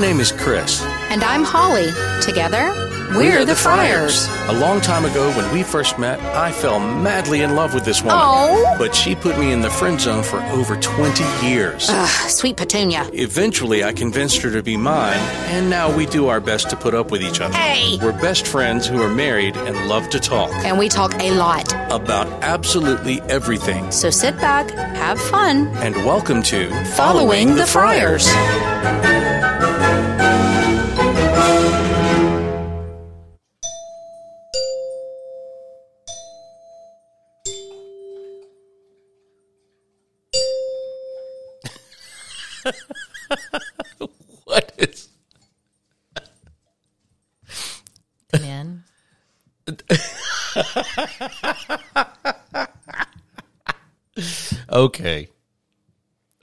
name is Chris. And I'm Holly. Together, we're, the Friars. A long time ago, when we first met, I fell madly in love with this woman. Oh. But she put me in the friend zone for over 20 years. Ugh, Ah, sweet Petunia. Eventually, I convinced her to be mine, and now we do our best to put up with each other. Hey. We're best friends who are married and love to talk And we talk a lot. about absolutely everything. So sit back, have fun. And welcome to Following the Friars. What is? Come in. Okay.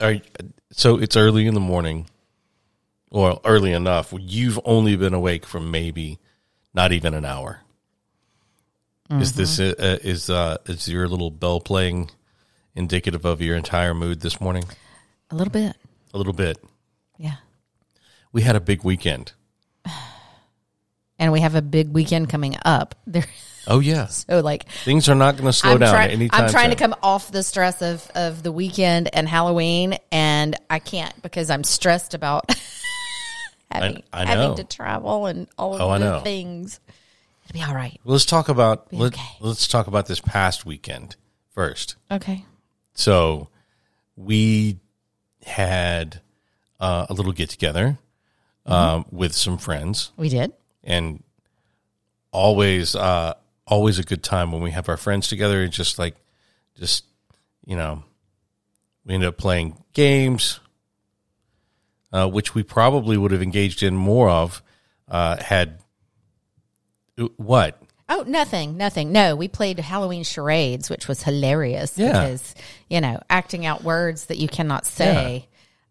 All right. So it's early in the morning, or early enough. You've only been awake for maybe not even an hour. Is this uh, is uh, is your little bell playing indicative of your entire mood this morning? A little bit. A little bit. Yeah. We had a big weekend. And we have a big weekend coming up. There, Oh yeah, so like things are not going to slow I'm, down try- anytime. I'm trying to soon. come off the stress of, of the weekend and Halloween, and I can't because I'm stressed about having, I know. having to travel and all of Oh, I the know. things. It'll be all right. Let's talk about let, okay. let's talk about this past weekend first. Okay. So we had uh, a little get together um, Mm-hmm. with some friends, We did. and always, uh, always a good time when we have our friends together. It's just like, just you know, we ended up playing games, uh, which we probably would have engaged in more of uh, had what Oh, nothing, nothing. No, we played Halloween charades, which was hilarious Yeah. because, you know, acting out words that you cannot say.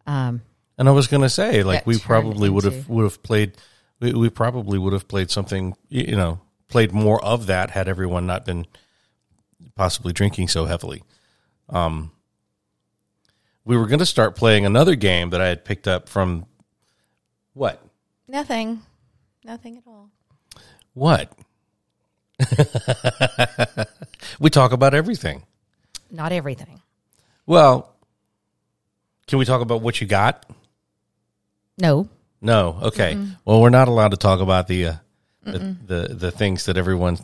Um, And I was going to say, like, That we turned probably would have into- would have played, we, we probably would have played something, y- you know, played more of that had everyone not been possibly drinking so heavily. Um, we were going to start playing another game that I had picked up from what nothing, nothing at all. what. we talk about everything. Not everything. Well, can we talk about what you got? No. No. Okay. Well, we're not allowed to talk about the, uh, the the the things that everyone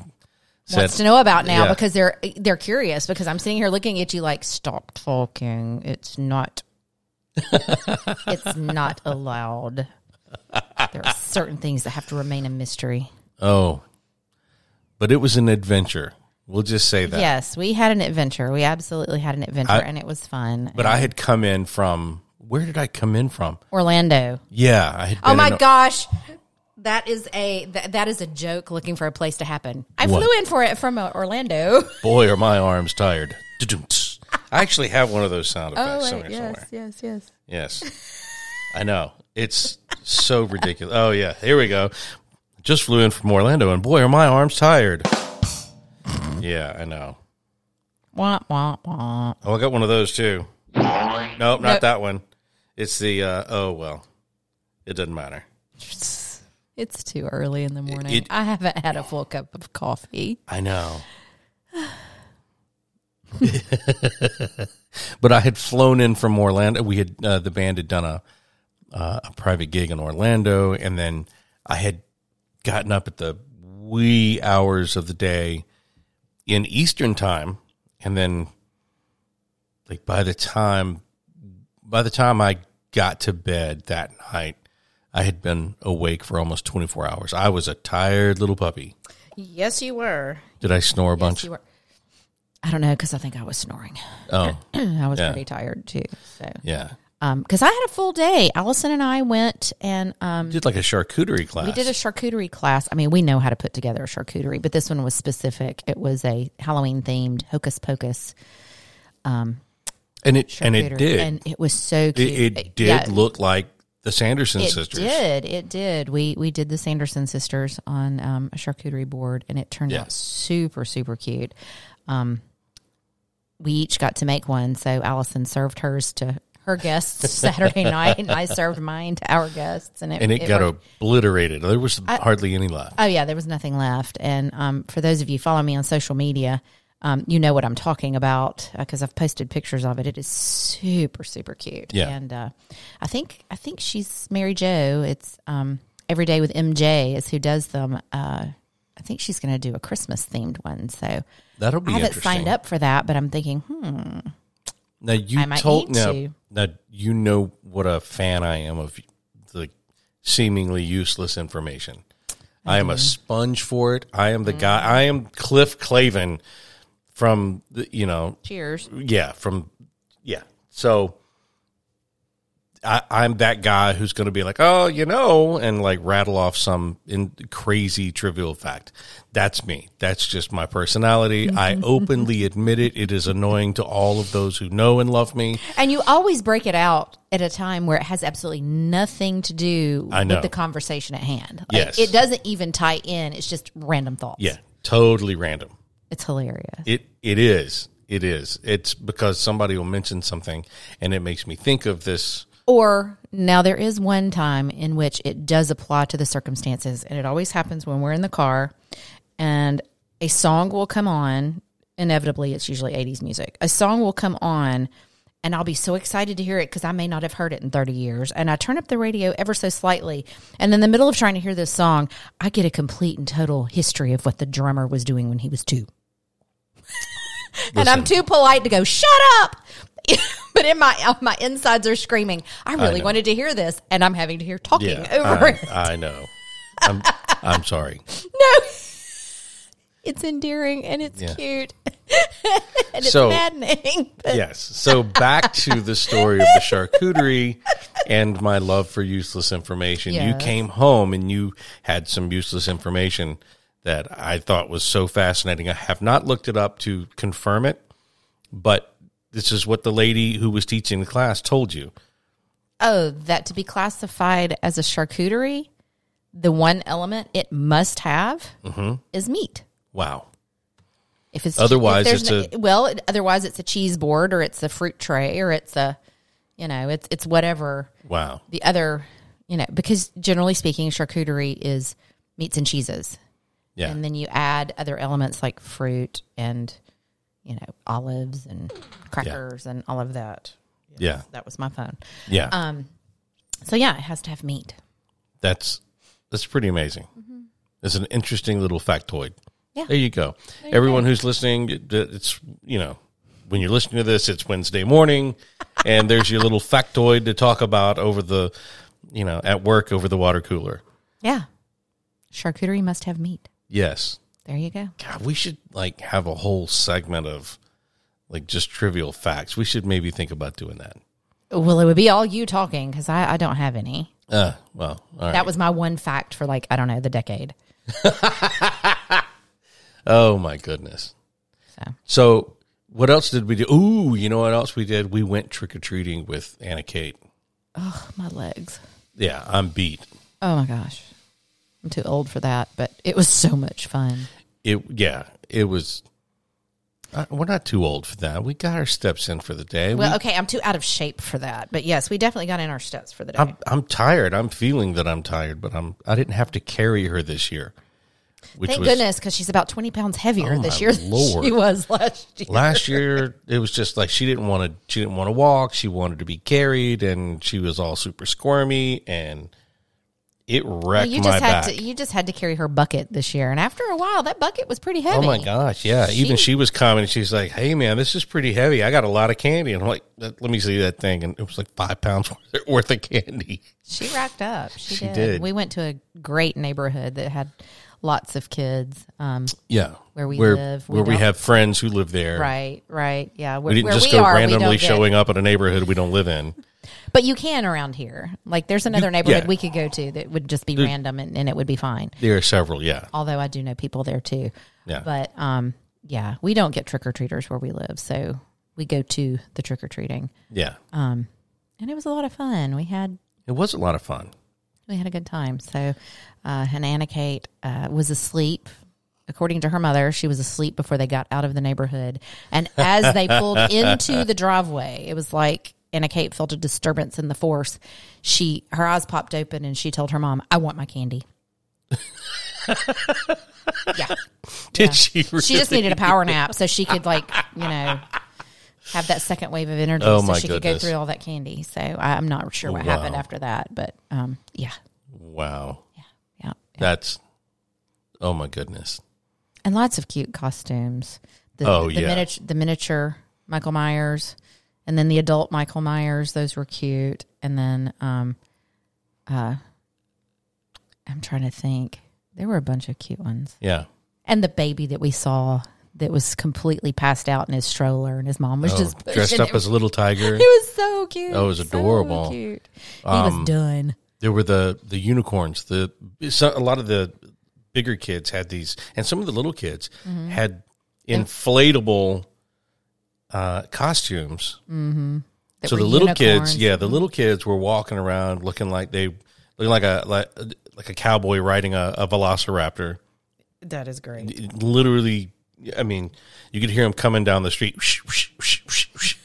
said. Wants to know about now Yeah. because they're they're curious because I'm sitting here looking at you like stop talking. It's not it's not allowed. There are certain things that have to remain a mystery. Oh, but it was an adventure. We'll just say that. Yes, we had an adventure. We absolutely had an adventure I- and it was fun. But I had come in from where did I come in from? Orlando. Yeah, I had. Oh been my in- gosh. That is a that, that is a joke looking for a place to happen. I What? flew in for it from uh, Orlando. Boy, are my arms tired. Da-dum-ts. I actually have one of those sound effects wait, somewhere. somewhere. Oh, yes, yes. Yes. I know. It's so ridiculous. Oh, yeah. Here we go. Just flew in from Orlando, and boy, are my arms tired. Yeah, I know. Wah, wah, wah. Oh, I got one of those too. Nope, not that one. It's the, uh, oh, well, it doesn't matter. It's too early in the morning. it- I haven't had a full cup of coffee. I know. but I had flown in from Orlando. We had uh, the band had done a uh, a private gig in Orlando, and then I had gotten up at the wee hours of the day in Eastern time, and then like by the time by the time I got to bed that night, I had been awake for almost twenty four hours. I was a tired little puppy. Yes, you were. Did I snore a bunch? You were. I don't know because I think I was snoring. Oh, I was Yeah. pretty tired too. So, yeah. because I had a full day, Allison and I went and um, You did like a charcuterie class. we did a charcuterie class. I mean, we know how to put together a charcuterie, but this one was specific. It was a Halloween themed hocus pocus, and it and it charcuterie, did. and it was so cute. it, it did yeah, look like the Sanderson It sisters. did. It did. We we did the Sanderson sisters on um, a charcuterie board, and it turned Yeah. out super super cute. Um, we each got to make one, so Allison served hers to her guests Saturday night, and I served mine to our guests, and it and it, got worked. obliterated. There was hardly any left. Oh yeah, there was nothing left. And um, for those of you following me on social media, um, you know what I'm talking about because I've posted pictures of it. It is super super cute. Yeah. and uh, I think I think she's Mary Jo. It's um, every day with MJ is who does them. Uh, I think she's going to do a Christmas themed one. So That'll be I haven't interesting. signed up for that, but I'm thinking, hmm, Now you I might told need now, to. now you know what a fan I am of the seemingly useless information. I am a sponge for it. I am the Mm. guy. I am Cliff Clavin from the, you know cheers. yeah from yeah. So I, I'm that guy who's going to be like oh you know and like rattle off some in crazy trivial fact. That's me. That's just my personality. Mm-hmm. I openly admit it. It is annoying to all of those who know and love me. And you always break it out at a time where it has absolutely nothing to do I know. with the conversation at hand. Like, Yes. It doesn't even tie in. It's just random thoughts. Yeah, totally random. It's hilarious. It it is. It is. It's because somebody will mention something and it makes me think of this. Or now there is one time in which it does apply to the circumstances, and it always happens when we're in the car and a song will come on. Inevitably, it's usually 80s music. A song will come on, and I'll be so excited to hear it because I may not have heard it in 30 years. And I turn up the radio ever so slightly. And in the middle of trying to hear this song, I get a complete and total history of what the drummer was doing when he was two and I'm too polite to go shut up. but in my uh, my insides are screaming. I really know. wanted to hear this, and I'm having to hear talking Yeah, over I, it. I know. I'm I'm sorry. It's endearing and it's Yeah. cute and it's So- maddening. But Yes. So back to the story of the charcuterie and my love for useless information. You Yes. came home and you had some useless information that I thought was so fascinating. I have not looked it up to confirm it, but this is what the lady who was teaching the class told you. oh, that to be classified as a charcuterie, the one element it must have Mm-hmm. is meat. Wow. If it's if Otherwise, there's it's n- well, otherwise it's a cheese board or it's a fruit tray or it's a, you know, it's it's whatever. Wow. the other, you know, because generally speaking, charcuterie is meats and cheeses. Yeah. And then you add other elements like fruit and, you know, olives and crackers and all of that. yeah. That was my phone. Yeah. So, yeah, it has to have meat. that's that's pretty amazing. It's an interesting little factoid. Yeah. There you go. Everyone who's listening, it- it's you know, when you're listening to this, it's Wednesday morning, and there's your little factoid to talk about over the, you know, at work over the water cooler. Yeah. Charcuterie must have meat. Yes. There you go. God, we should like have a whole segment of like just trivial facts. We should maybe think about doing that. Well, it would be all you talking because I, I don't have any. Uh, well, all right. That was my one fact for like, I don't know, the decade. Oh my goodness. So. what else did we do? Ooh, you know what else we did? We went trick or treating with Anna Kate. My legs. Yeah, I'm beat. Oh my gosh. I'm too old for that, but it was so much fun. It yeah, it was. Uh, we're not too old for that. We got our steps in for the day. We- Well, okay, I'm too out of shape for that. But yes, we definitely got in our steps for the day. I'm I'm tired. I'm feeling that I'm tired, but I'm I didn't have to carry her this year. Which Thank was goodness, because she's about 20 pounds heavier Oh, this my year than Lord. she was last year. last year it was just like she didn't want to she didn't want to walk she wanted to be carried and she was all super squirmy and it wrecked you my just had back to you just had to carry her bucket this year, and after a while, that bucket was pretty heavy. oh my gosh yeah even she was commenting she's like hey man this is pretty heavy i got a lot of candy and i'm like let let me see that thing and it was like five pounds worth- worth of candy She racked up. She, She did. did. We went to a great neighborhood that had lots of kids. Um, yeah Where we live, we where we, don't- have friends who live there right, right, yeah. Where, we didn't where just we go are, we don't randomly get- showing up at a neighborhood we don't live in but you can around here. Like, there's another neighborhood yeah. we could go to that would just be random, and, and it would be fine. there are several yeah although I do know people there too. Yeah. But um, yeah, we don't get trick or treaters where we live, so we go to the trick or treating, yeah um, and it was a lot of fun. We had it was a lot of fun we had a good time. So, uh, and Anna Kate uh, was asleep. According to her mother, she was asleep before they got out of the neighborhood. And as they pulled into the driveway, it was like and a Kate felt a disturbance in the force, she her eyes popped open and she told her mom, "I want my candy." yeah, Did she? Really? she just needed a power nap so she could like you know have that second wave of energy Oh, so my she could goodness. go through all that candy. So I, I'm not sure what happened Wow. after that, but um, yeah, Wow, yeah, yeah. that's oh my goodness. and lots of cute costumes. The, Oh, the, yeah. miniature, the miniature Michael Myers, and then the adult Michael Myers. Those were cute. And then, um, uh, I'm trying to think. There were a bunch of cute ones. Yeah. And the baby that we saw that was completely passed out in his stroller, and his mom was Oh, just dressed pushing up him. as a little tiger. It was so cute. Oh, it was So adorable. Um, cute. He was done. there were the the unicorns the so, a lot of the bigger kids had these and some of the little kids Mm-hmm. had inflatable uh costumes That so the were little unicorns. Mm-hmm. kids yeah the little kids were walking around looking like they looking like a like, like a cowboy riding a, a velociraptor that is great. literally i mean you could hear them coming down the street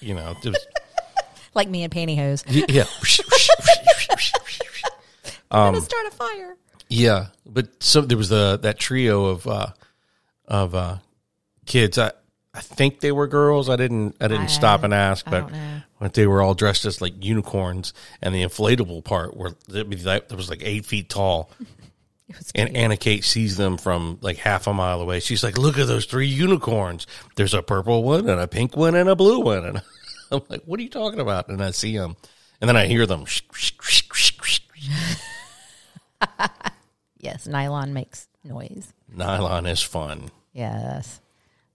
you know it was, Like me in pantyhose. yeah Um, I'm gonna start a fire. Yeah, but so there was the that trio of uh of uh kids. I I think they were girls. I didn't I didn't I- stop and ask, I but don't know. but they were all dressed as like unicorns, and the inflatable part were that was like- that was like eight feet tall. It was And Anna Kate sees them from like half a mile away. She's like, "Look at those three unicorns! There's a purple one and a pink one and a blue one." And I'm like, "What are you talking about?" And I see them, and then I hear them. Yes, nylon makes noise. Nylon is fun. Yes.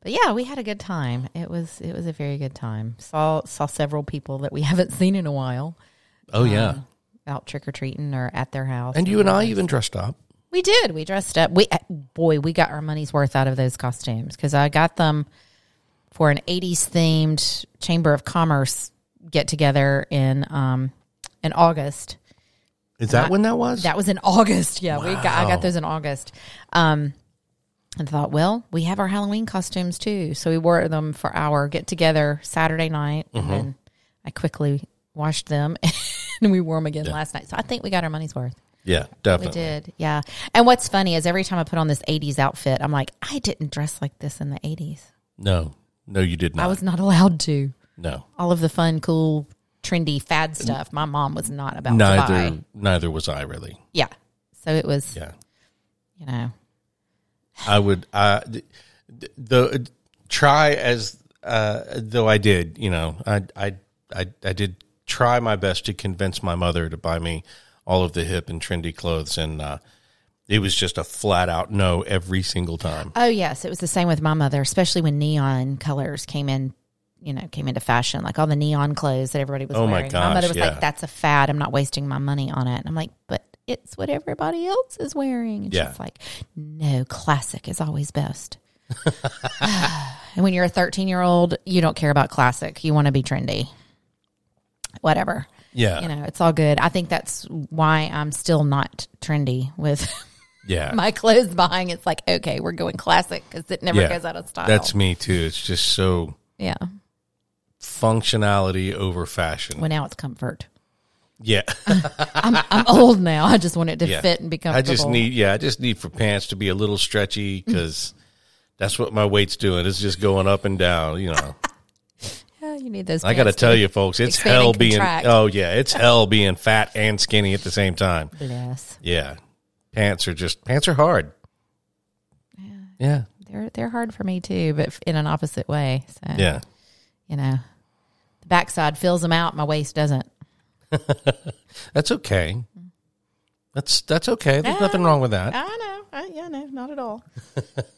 But yeah, we had a good time. It was it was a very good time. Saw saw several people that we haven't seen in a while Oh yeah. out trick or treating or at their house. And you and I even dressed up. we did. We dressed up. We uh, boy, we got our money's worth out of those costumes cuz I got them for an 80s themed Chamber of Commerce get together in um in August. Is that when that was? That was in August. Yeah, we got I got those in August. Um, and thought, well, we have our Halloween costumes too, so we wore them for our get together Saturday night, and then I quickly washed them, and we wore them again last night. So I think we got our money's worth. yeah, We definitely. did, yeah. And what's funny is every time I put on this '80s outfit, I'm like, I didn't dress like this in the '80s. No, no, you did not. I was not allowed to. no, All of the fun, cool, trendy, fad stuff. My mom was not about to buy. neither. Neither was I really. Yeah. So it was, Yeah, you know, I would. I th- th- the uh, try as uh, though I did. You know, I I I I did try my best to convince my mother to buy me all of the hip and trendy clothes, and uh, it was just a flat out no every single time. Oh yes, it was the same with my mother, especially when neon colors came in. You know, came into fashion, like all the neon clothes that everybody was Oh, my wearing. gosh, mother was yeah. like, "That's a fad. I'm not wasting my money on it." And I'm like, "But it's what everybody else is wearing." And Yeah. she's like, "No, classic is always best." and when you're a 13 year old, you don't care about classic. You want to be trendy. Whatever. Yeah, You know, it's all good. I think that's why I'm still not trendy with yeah. my clothes buying it's like okay we're going classic because it never yeah. goes out of style That's me too. It's just so yeah functionality over fashion. well now it's comfort yeah. i'm old now i just want it to Yeah. fit and be I comfortable Mm. just need, yeah, I just need for pants to be a little stretchy because that's what my weight's doing. It's just going up and down. You know, yeah, you need those I got to pants tell you, folks, it's expand hell and being. contract. Oh yeah, it's hell being fat and skinny at the same time. bless Yeah, pants are just pants are hard. Yeah, they're they're hard for me too but f- in an opposite way so yeah, you know the backside fills them out my waist doesn't that's okay. That's that's okay. There's nothing wrong with that. i know I, yeah no not at all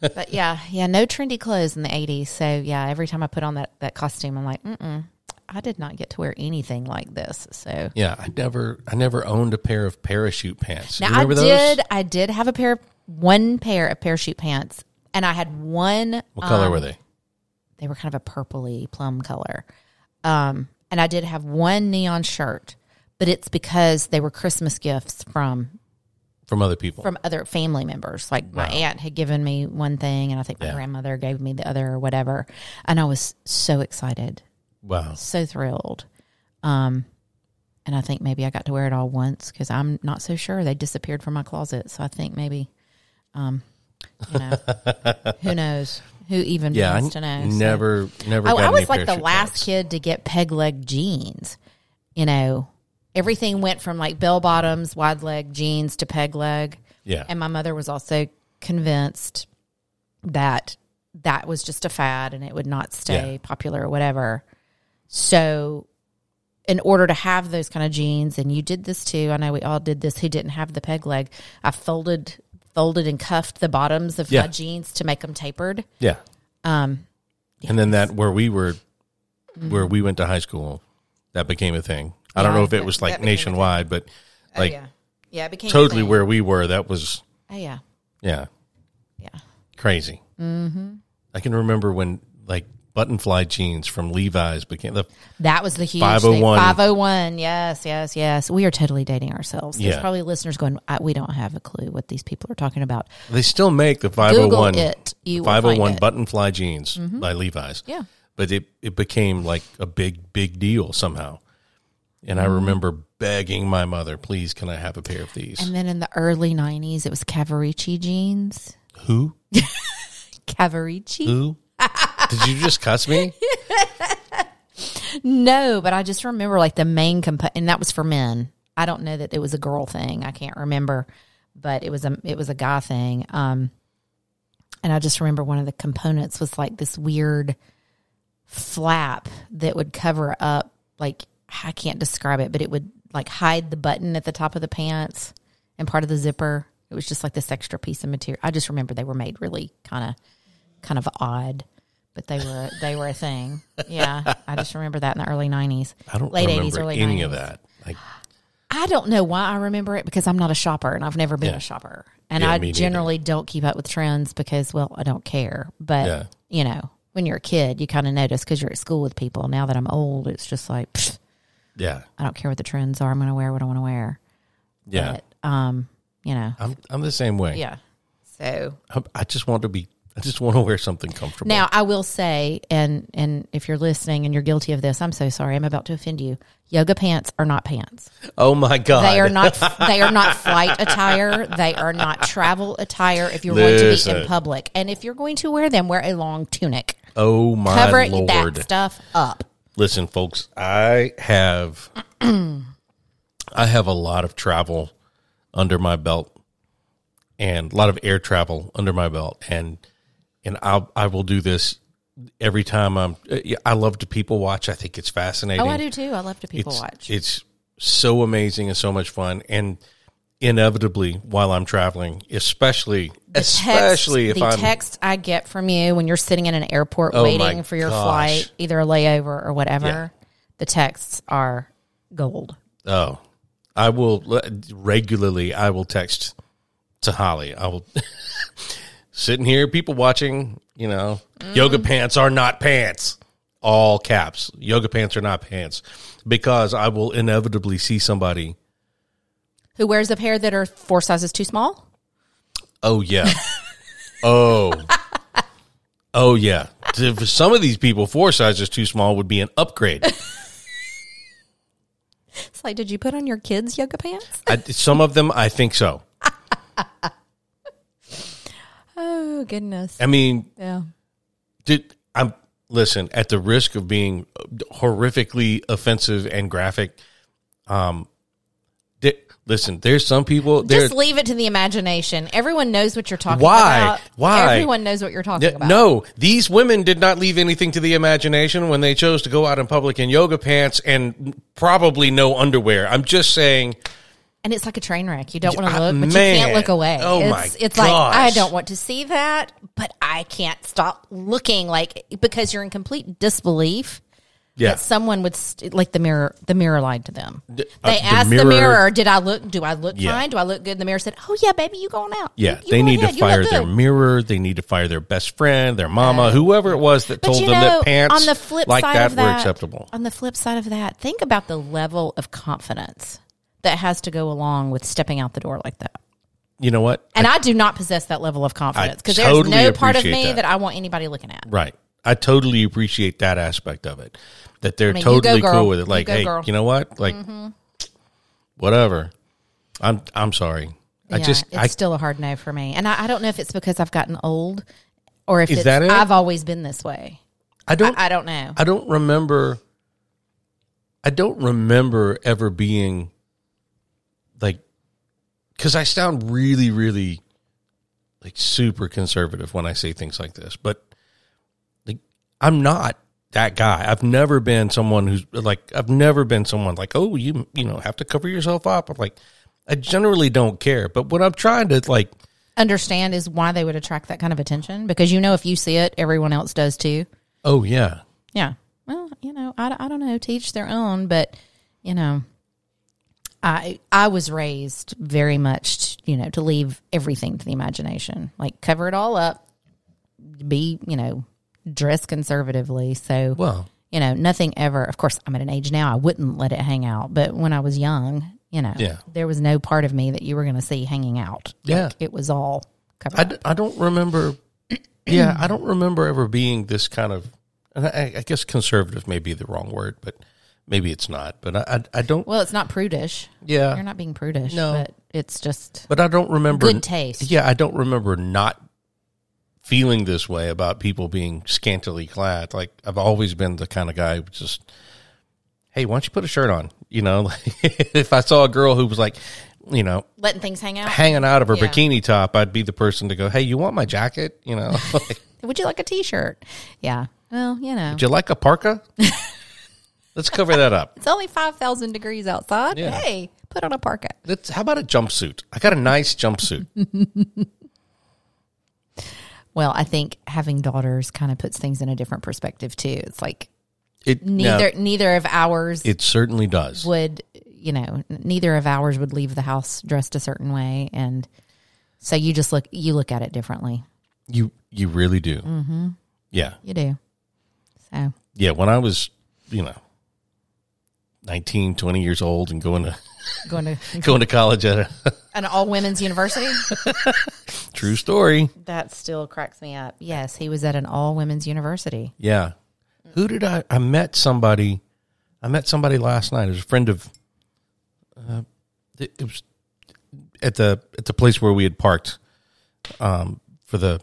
but yeah yeah no trendy clothes in the 80s so yeah every time i put on that that costume i'm like mm-mm i did not get to wear anything like this so Yeah, I never I never owned a pair of parachute pants. Now I Remember those? did. I did have a pair, of, one pair of parachute pants, and I had one. What color um, were they? They were kind of a purpley plum color, um, and I did have one neon shirt, but it's because they were Christmas gifts from From other people. from other family members. Like my aunt had given me one thing, and I think my Yeah. grandmother gave me the other, or whatever. And I was so excited, wow. so thrilled. Um, and I think maybe I got to wear it all once because I'm not so sure they disappeared from my closet. So I think maybe, um, you know, who knows? Who even Yeah, I wants to know? So- never, never. Oh, got I any was like the parachute last packs. kid to get peg leg jeans. You know, everything went from like bell bottoms, wide leg jeans to peg leg. Yeah, And my mother was also convinced that that was just a fad and it would not stay Yeah. popular or whatever. So, in order to have those kind of jeans, and you did this too, I know we all did this who didn't have the peg leg, I folded. Folded and cuffed the bottoms of Yeah. my jeans to make them tapered. yeah. Um, And then that where we were, where we went to high school, that became a thing. I don't Mm-hmm. Yeah, know if it that- was that like became a thing. nationwide, but like yeah, yeah, it became a totally thing. where we were, that was Oh yeah, yeah, yeah. crazy. Mm-hmm. I can remember when like button fly jeans from Levi's became the That was the huge 501. thing. 501. Yes, yes, yes. We are totally dating ourselves. There's Yeah. probably listeners going, I, we don't have a clue what these people are talking about. They still make the 501 it, you will find 501 it. Mm-hmm. button fly oh jeans by Levi's. Yeah. But it, it became like a big, big deal somehow. And I Mm-hmm. remember begging my mother, please, can I have a pair of these? And then in the early 90s, it was Cavarici jeans. Who? Cavarici? Who? Did you just cuss me? No, but I just remember like the main component, and that was for men. I don't know that it was a girl thing. I can't remember, but it was a it was a guy thing. Um, and I just remember one of the components was like this weird flap that would cover up like I can't describe it, but it would like hide the button at the top of the pants and part of the zipper. It was just like this extra piece of material. I just remember they were made really kind of kind of odd, but they were they were a thing. Yeah, I just remember that in the early nineties, I don't late remember eighties, early any 90s. of that. Like, I don't know why I remember it because I'm not a shopper and I've never been Yeah. a shopper, and Yeah, I me neither. generally don't keep up with trends because well I don't care. But Yeah. you know, when you're a kid, you kind of notice because you're at school with people. Now that I'm old, it's just like pfft, yeah. I don't care what the trends are. I'm going to wear what I want to wear. Yeah. But um, you know, I'm, I'm the same way. yeah. So I'm, I just want to be, I just want to wear something comfortable. Now, I will say, and and if you're listening and you're guilty of this, I'm so sorry. I'm about to offend you. Yoga pants are not pants. oh my God. They are not. they are not flight attire. They are not travel attire. If you're going to be Listen. in public, and if you're going to wear them, wear a long tunic. oh my Cover Lord. that stuff up. Listen, folks, I have I have a lot of travel under my belt and a lot of air travel under my belt and and I I will do this every time I'm I love to people watch. I think it's fascinating. Oh, I do too. I love to people it's, watch. It's so amazing and so much fun and inevitably while I'm traveling, especially especially text, if the I'm text I get from you when you're sitting in an airport Oh my waiting for your gosh. flight, either a layover or whatever, Yeah. the texts are gold. Oh, I will regularly. I will text to Holly. I will sitting here, people watching. You know, yoga pants are not pants. All caps. Yoga pants are not pants because I will inevitably see somebody. Who wears a pair that are four sizes too small? Oh yeah. oh. Oh yeah. To- For some of these people, four sizes too small would be an upgrade. It's like, did you put on your kids' yoga pants? I, some of them, I think so. Oh goodness. I mean, Yeah. Did I'm listen at the risk of being horrifically offensive and graphic? Um, di- listen, there's some people there. Just leave it to the imagination. Everyone knows what you're talking Why? about. Why? Everyone knows what you're talking th- about. No, these women did not leave anything to the imagination when they chose to go out in public in yoga pants and probably no underwear. I'm just saying, And it's like a train wreck. You don't want I- to look, but you man. can't look away. Oh, it's, my It's gosh. like I don't want to see that, but I can't stop looking. Like because you're in complete disbelief yeah, that someone would st- like the mirror. The mirror lied to them. They uh, the asked the mirror- mirror, "Did I look? Do I look Yeah. fine? Do I look good?" And the mirror said, "Oh yeah, baby, you going out? yeah. You- you they go need ahead. to You look fire their good." mirror. They need to fire their best friend, their mama, whoever it was that But told you them know, that pants on the flip like side that of were that, acceptable. On the flip side of that, think about the level of confidence that has to go along with stepping out the door like that. You know what? And I do not possess that level of confidence because there's totally no part of appreciate me that. that. I want anybody looking at. Right. I totally appreciate that aspect of it. That they're I mean, you go, totally girl. cool with it. You Like, go, hey, girl." Mm-hmm. you know what? Like, whatever. I'm I'm sorry. I Yeah, just it's I still a hard no for me, and I, I don't know if it's because I've gotten old, or if Is it's, that it? I've always been this way. I don't I don't know. I don't remember. I don't remember ever being like, because I sound really, really like super conservative when I say things like this, but like I'm not that guy. I've never been someone who's like, I've never been someone like, oh, you, you know, have to cover yourself up. I'm like, I generally don't care. But what I'm trying to like, Understand is why they would attract that kind of attention because you know if you see it, everyone else does too. oh, yeah. Yeah. Well, you know, I, I don't know. Teach their own, but you know, I I was raised very much, you know, to leave everything to the imagination, like cover it all up, be you know, dress conservatively. So Well, you know, nothing ever. Of course, I'm at an age now I wouldn't let it hang out, but when I was young, you know, Yeah. there was no part of me that you were going to see hanging out. Yeah. Like, it was all covered. I, up. d- I don't remember. yeah, I don't remember ever being this kind of. And I, I guess conservative may be the wrong word, but maybe it's not. But I, I, I don't. Well, it's not prudish. yeah, You're not being prudish. No. but it's just but I don't remember Good taste. Yeah, I don't remember not feeling this way about people being scantily clad. Like I've always been the kind of guy who just, hey, why don't you put a shirt on? You know, like, if I saw a girl who was like, you know, letting things hang out. hanging out of her Yeah. bikini top, I'd be the person to go, hey, you want my jacket? You know. Would you like a T-shirt? Yeah. Well, you know, Do you like a parka? Let's cover that up. it's only five thousand degrees outside. Yeah. Hey, put on a parka. Let's, how about a jumpsuit? I got a nice jumpsuit. Well, I think having daughters kind of puts things in a different perspective too. It's like It no, neither neither of ours it certainly does. would you know n- neither of ours would leave the house dressed a certain way, and so you just look you look at it differently. You you really do. Mm-hmm. Yeah, You do. So yeah. When I was you know 19, 20 years old and going to going to going to college at a an all women's university. true story. that still cracks me up. Yes, he was at an all women's university. Yeah. Who did I? I met somebody. I met somebody last night. It was a friend of. Uh, it, it was at the at the place where we had parked, um, for the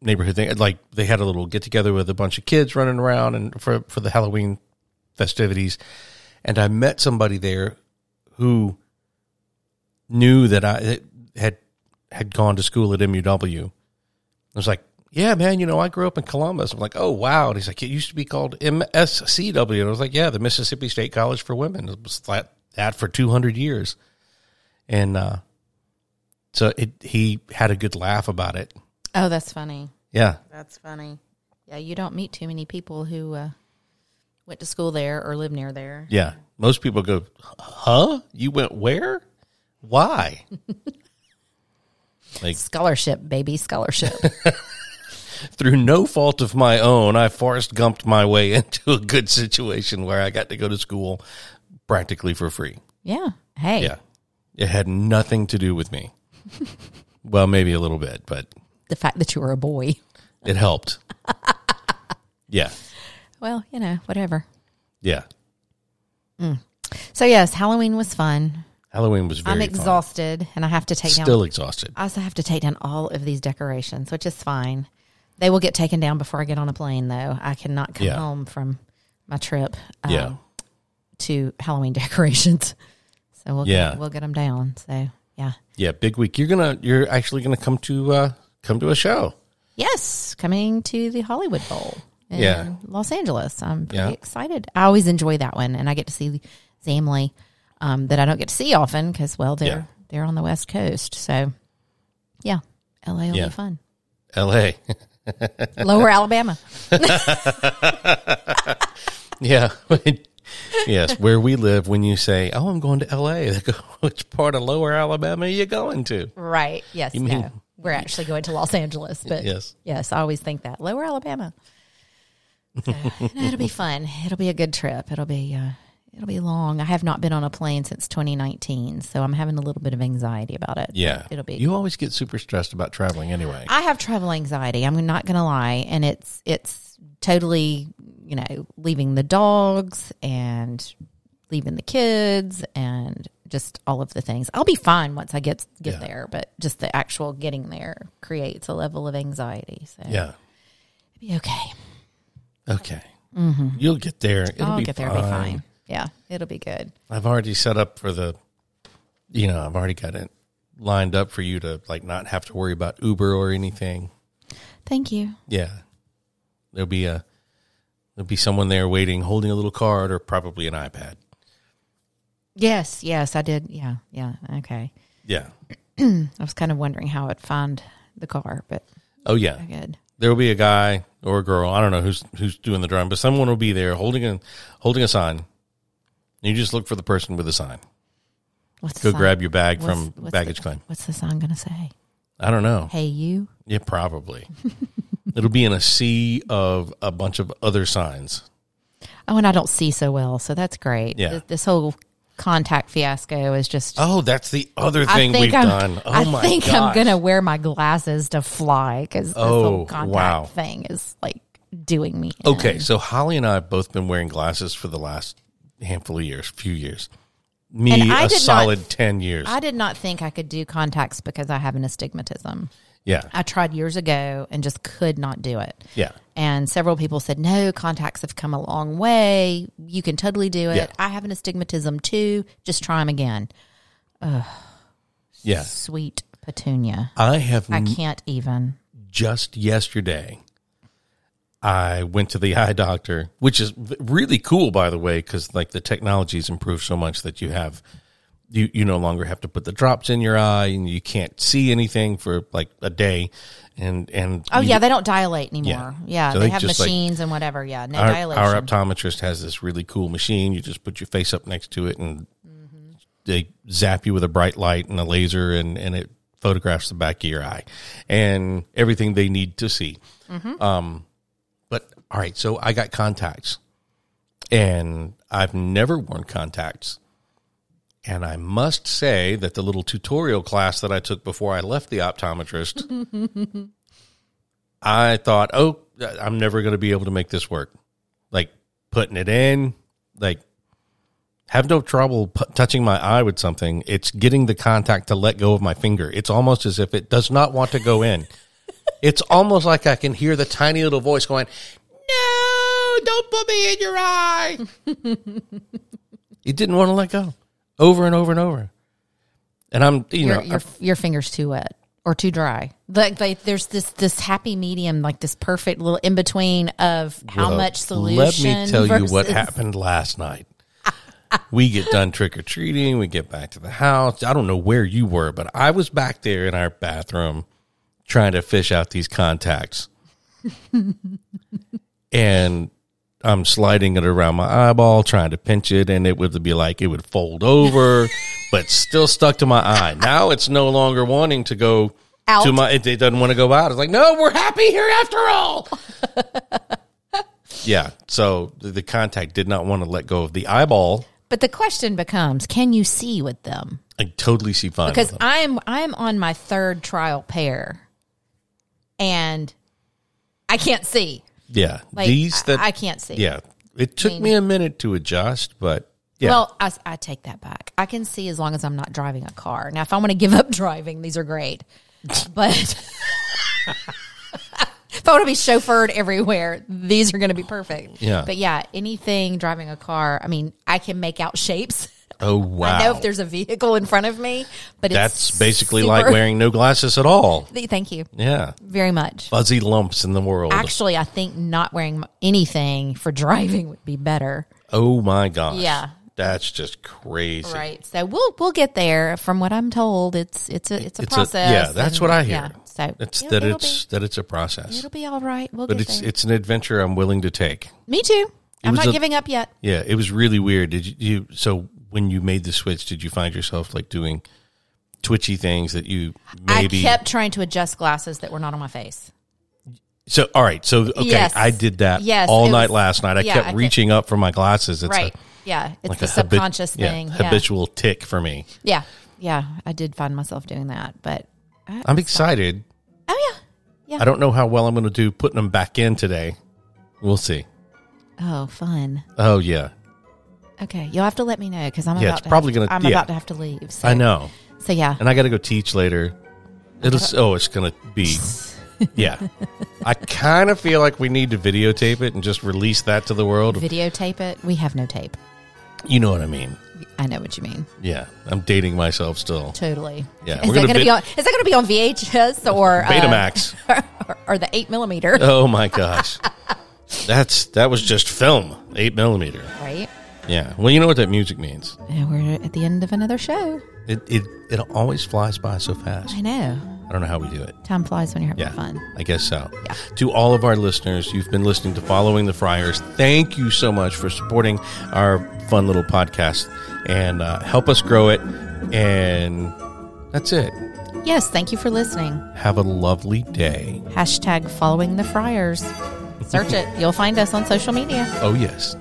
neighborhood thing. Like they had a little get together with a bunch of kids running around and for for the Halloween festivities, and I met somebody there who knew that I that had had gone to school at MUW. I was like, yeah, man, you know, I grew up in Columbus. I'm like, oh, wow. And he's like, it used to be called MSCW. And I was like, yeah, the Mississippi State College for Women. It was that, that for 200 years. And uh, so it, he had a good laugh about it. Oh, that's funny. Yeah. That's funny. Yeah, you don't meet too many people who uh, went to school there or live near there. Yeah. Most people go, huh? You went where? Why? like, Scholarship, baby, scholarship. through no fault of my own, I Forrest Gumped my way into a good situation where I got to go to school practically for free. yeah. Hey. Yeah. It had nothing to do with me. well, maybe a little bit, but The fact that you were a boy. it helped. yeah. Well, you know, whatever. Yeah. So yes, Halloween was fun. Halloween was very I'm fun. exhausted and I have to take down Still exhausted. I also have to take down all of these decorations, which is fine. They will get taken down before I get on a plane though. I cannot come Yeah. home from my trip um, yeah. to Halloween decorations. So we'll Yeah. get, we'll get them down. So, yeah. Yeah, big week. You're going to you're actually going to come to uh come to a show. Yes, coming to the Hollywood Bowl in Yeah. Los Angeles. I'm pretty Yeah. excited. I always enjoy that one, and I get to see Zamley um, that I don't get to see often because, well, they're Yeah. they're on the West Coast. So, yeah, LA will Yeah. be fun. LA. Lower Alabama. yeah. yes, where we live when you say, "Oh, I'm going to LA." They go, "Which part of lower Alabama are you going to?" Right. Yes. no. mean- We're actually going to Los Angeles, but Yes. yes, I always think that lower Alabama. So, you know, it'll be fun. It'll be a good trip. It'll be uh, It'll be long. I have not been on a plane since 2019, so I'm having a little bit of anxiety about it. Yeah. It'll be You always get super stressed about traveling anyway. I have travel anxiety. I'm not going to lie, and it's it's totally you know leaving the dogs and leaving the kids and just all of the things. I'll be fine once I get get Yeah. there, but just the actual getting there creates a level of anxiety. So yeah. it'll be okay. Okay. You'll get there. It'll Mm-hmm. I'll be get there. fine. It'll be fine. Yeah, it'll be good. I've already set up for the, you know, I've already got it lined up for you to like not have to worry about Uber or anything. Thank you. Yeah. There'll be a, there'll be someone there waiting, holding a little card or probably an iPad. Yes, yes, I did. Yeah, yeah. Okay. Yeah. I was kind of wondering how I'd find the car, but Oh yeah. good. There will be a guy or a girl. I don't know who's who's doing the drawing, but someone will be there holding a holding a sign. You just look for the person with the sign. What's Go the sign- grab your bag what's- from what's the- baggage claim. What's the sign going to say? I don't know. Hey, you. Yeah, probably. It'll be in a sea of a bunch of other signs. Oh, and I don't see so well, so that's great. Yeah. Th- This, whole contact fiasco is just. Oh, that's the other I thing think we've I'm, done. Oh I my think I'm gosh. gonna wear my glasses to fly because this Oh, whole contact wow. thing is like doing me. in. Okay, so Holly and I have both been wearing glasses for the last handful of years, few years. Me And I a did not- solid ten years. I did not think I could do contacts because I have an astigmatism. yeah. I tried years ago and just could not do it. Yeah. And several people said, no, contacts have come a long way. You can totally do it. Yeah. I have an astigmatism too. Just try them again. Yeah. Sweet petunia. I have I can't even. just yesterday i went to the eye doctor which is v- really cool by the way because like the technology's improved so much that you have you you no longer have to put the drops in your eye and you can't see anything for like a day and and Oh you- yeah, they don't dilate anymore. Yeah. Yeah, So they they have just, like, machines and whatever. Yeah, no our, dilation. our optometrist has this really cool machine you just put your face up next to it and they zap you with a bright light and a laser and and it photographs the back of your eye and everything they need to see Um, But all right, so I got contacts, and I've never worn contacts. And I must say that the little tutorial class that I took before I left the optometrist, I thought, oh, I'm never going to be able to make this work. Like putting it in, like have no trouble p- touching my eye with something. It's getting the contact to let go of my finger. It's almost as if it does not want to go in. It's almost like I can hear the tiny little voice going, No, don't put me in your eye. it didn't want to let go over and over and over. And I'm, you your, know, your, your fingers too wet or too dry. Like they, there's this this happy medium, like this perfect little in between of how Well, much solution. Let me tell you what versus- happened last night. we get done trick or treating. We get back to the house. I don't know where you were, but I was back there in our bathroom trying to fish out these contacts. and I'm sliding it around my eyeball, trying to pinch it, and it would be like it would fold over, but still stuck to my eye. Now it's no longer wanting to go Out. to my. It, it doesn't want to go out. It's like, no, we're happy here after all. yeah. So the, the contact did not want to let go of the eyeball. But the question becomes, can you see with them? I totally see fine. Because with it. I am I am on my third trial pair, and I can't see. yeah, Like these I- that I can't see. yeah, it took me a minute to adjust, but yeah, Well, I, s- I take that back. I can see as long as I'm not driving a car. Now, if I want to give up driving, these are great. But if I want to be chauffeured everywhere, these are going to be perfect. Yeah. But yeah, anything driving a car, I mean, I can make out shapes. oh wow, I know if there's a vehicle in front of me, but it's that's basically like super- wearing no glasses at all. Thank you Yeah, very much. fuzzy lumps in the world. Actually, I think not wearing anything for driving would be better. oh my gosh, Yeah. that's just crazy. Right. So we'll we'll get there. From what I'm told, it's it's a it's a process. yeah, that's and- what I hear. Yeah. So it's it'll- that it'll it's be, that it's a process, it'll be all right. We'll but get it's there. it's an adventure I'm willing to take. Me too. I'm was not a- giving up yet. Yeah, it was really weird. Did you, you so when you made the switch, did you find yourself like doing twitchy things that you maybe I kept trying to adjust glasses that were not on my face. So all right, so okay, Yes. I did that Yes, all it night was- last night. I yeah, kept I think- reaching up for my glasses. It's a- Right. Yeah, it's like the a habi- subconscious yeah, thing. Yeah. habitual tick for me. yeah, yeah. I did find myself doing that, but I, I'm excited. oh yeah, I don't know how well I'm going to do putting them back in today. We'll see. oh fun. Oh yeah, Okay, you'll have to let me know because I'm Yeah, about it's to probably have- gonna- I'm yeah. about to have to leave. So, I know, So yeah, and I got to go teach later. It'll s- oh, it's going to be yeah. I kind of feel like we need to videotape it and just release that to the world. videotape it. We have no tape. You know what I mean? I know what you mean. Yeah, I'm dating myself still. Totally. Yeah, Is that we're gonna going to vid- be on? Is that going to be on VHS or uh, Betamax. or, or the eight millimeter? Oh my gosh. That's that was just film, eight millimeter. Right. Yeah. Well, you know what that music means. And we're at the end of another show. It it it always flies by so fast. I know. I don't know how we do it. Time flies when you're having Yeah, fun. I guess so. To all of our listeners, you've been listening to Following the Friars. Thank you so much for supporting our fun little podcast and uh, help us grow it. And that's it. Yes. Thank you for listening. Have a lovely day. Hashtag following the friars. Search it. You'll find us on social media. Oh yes.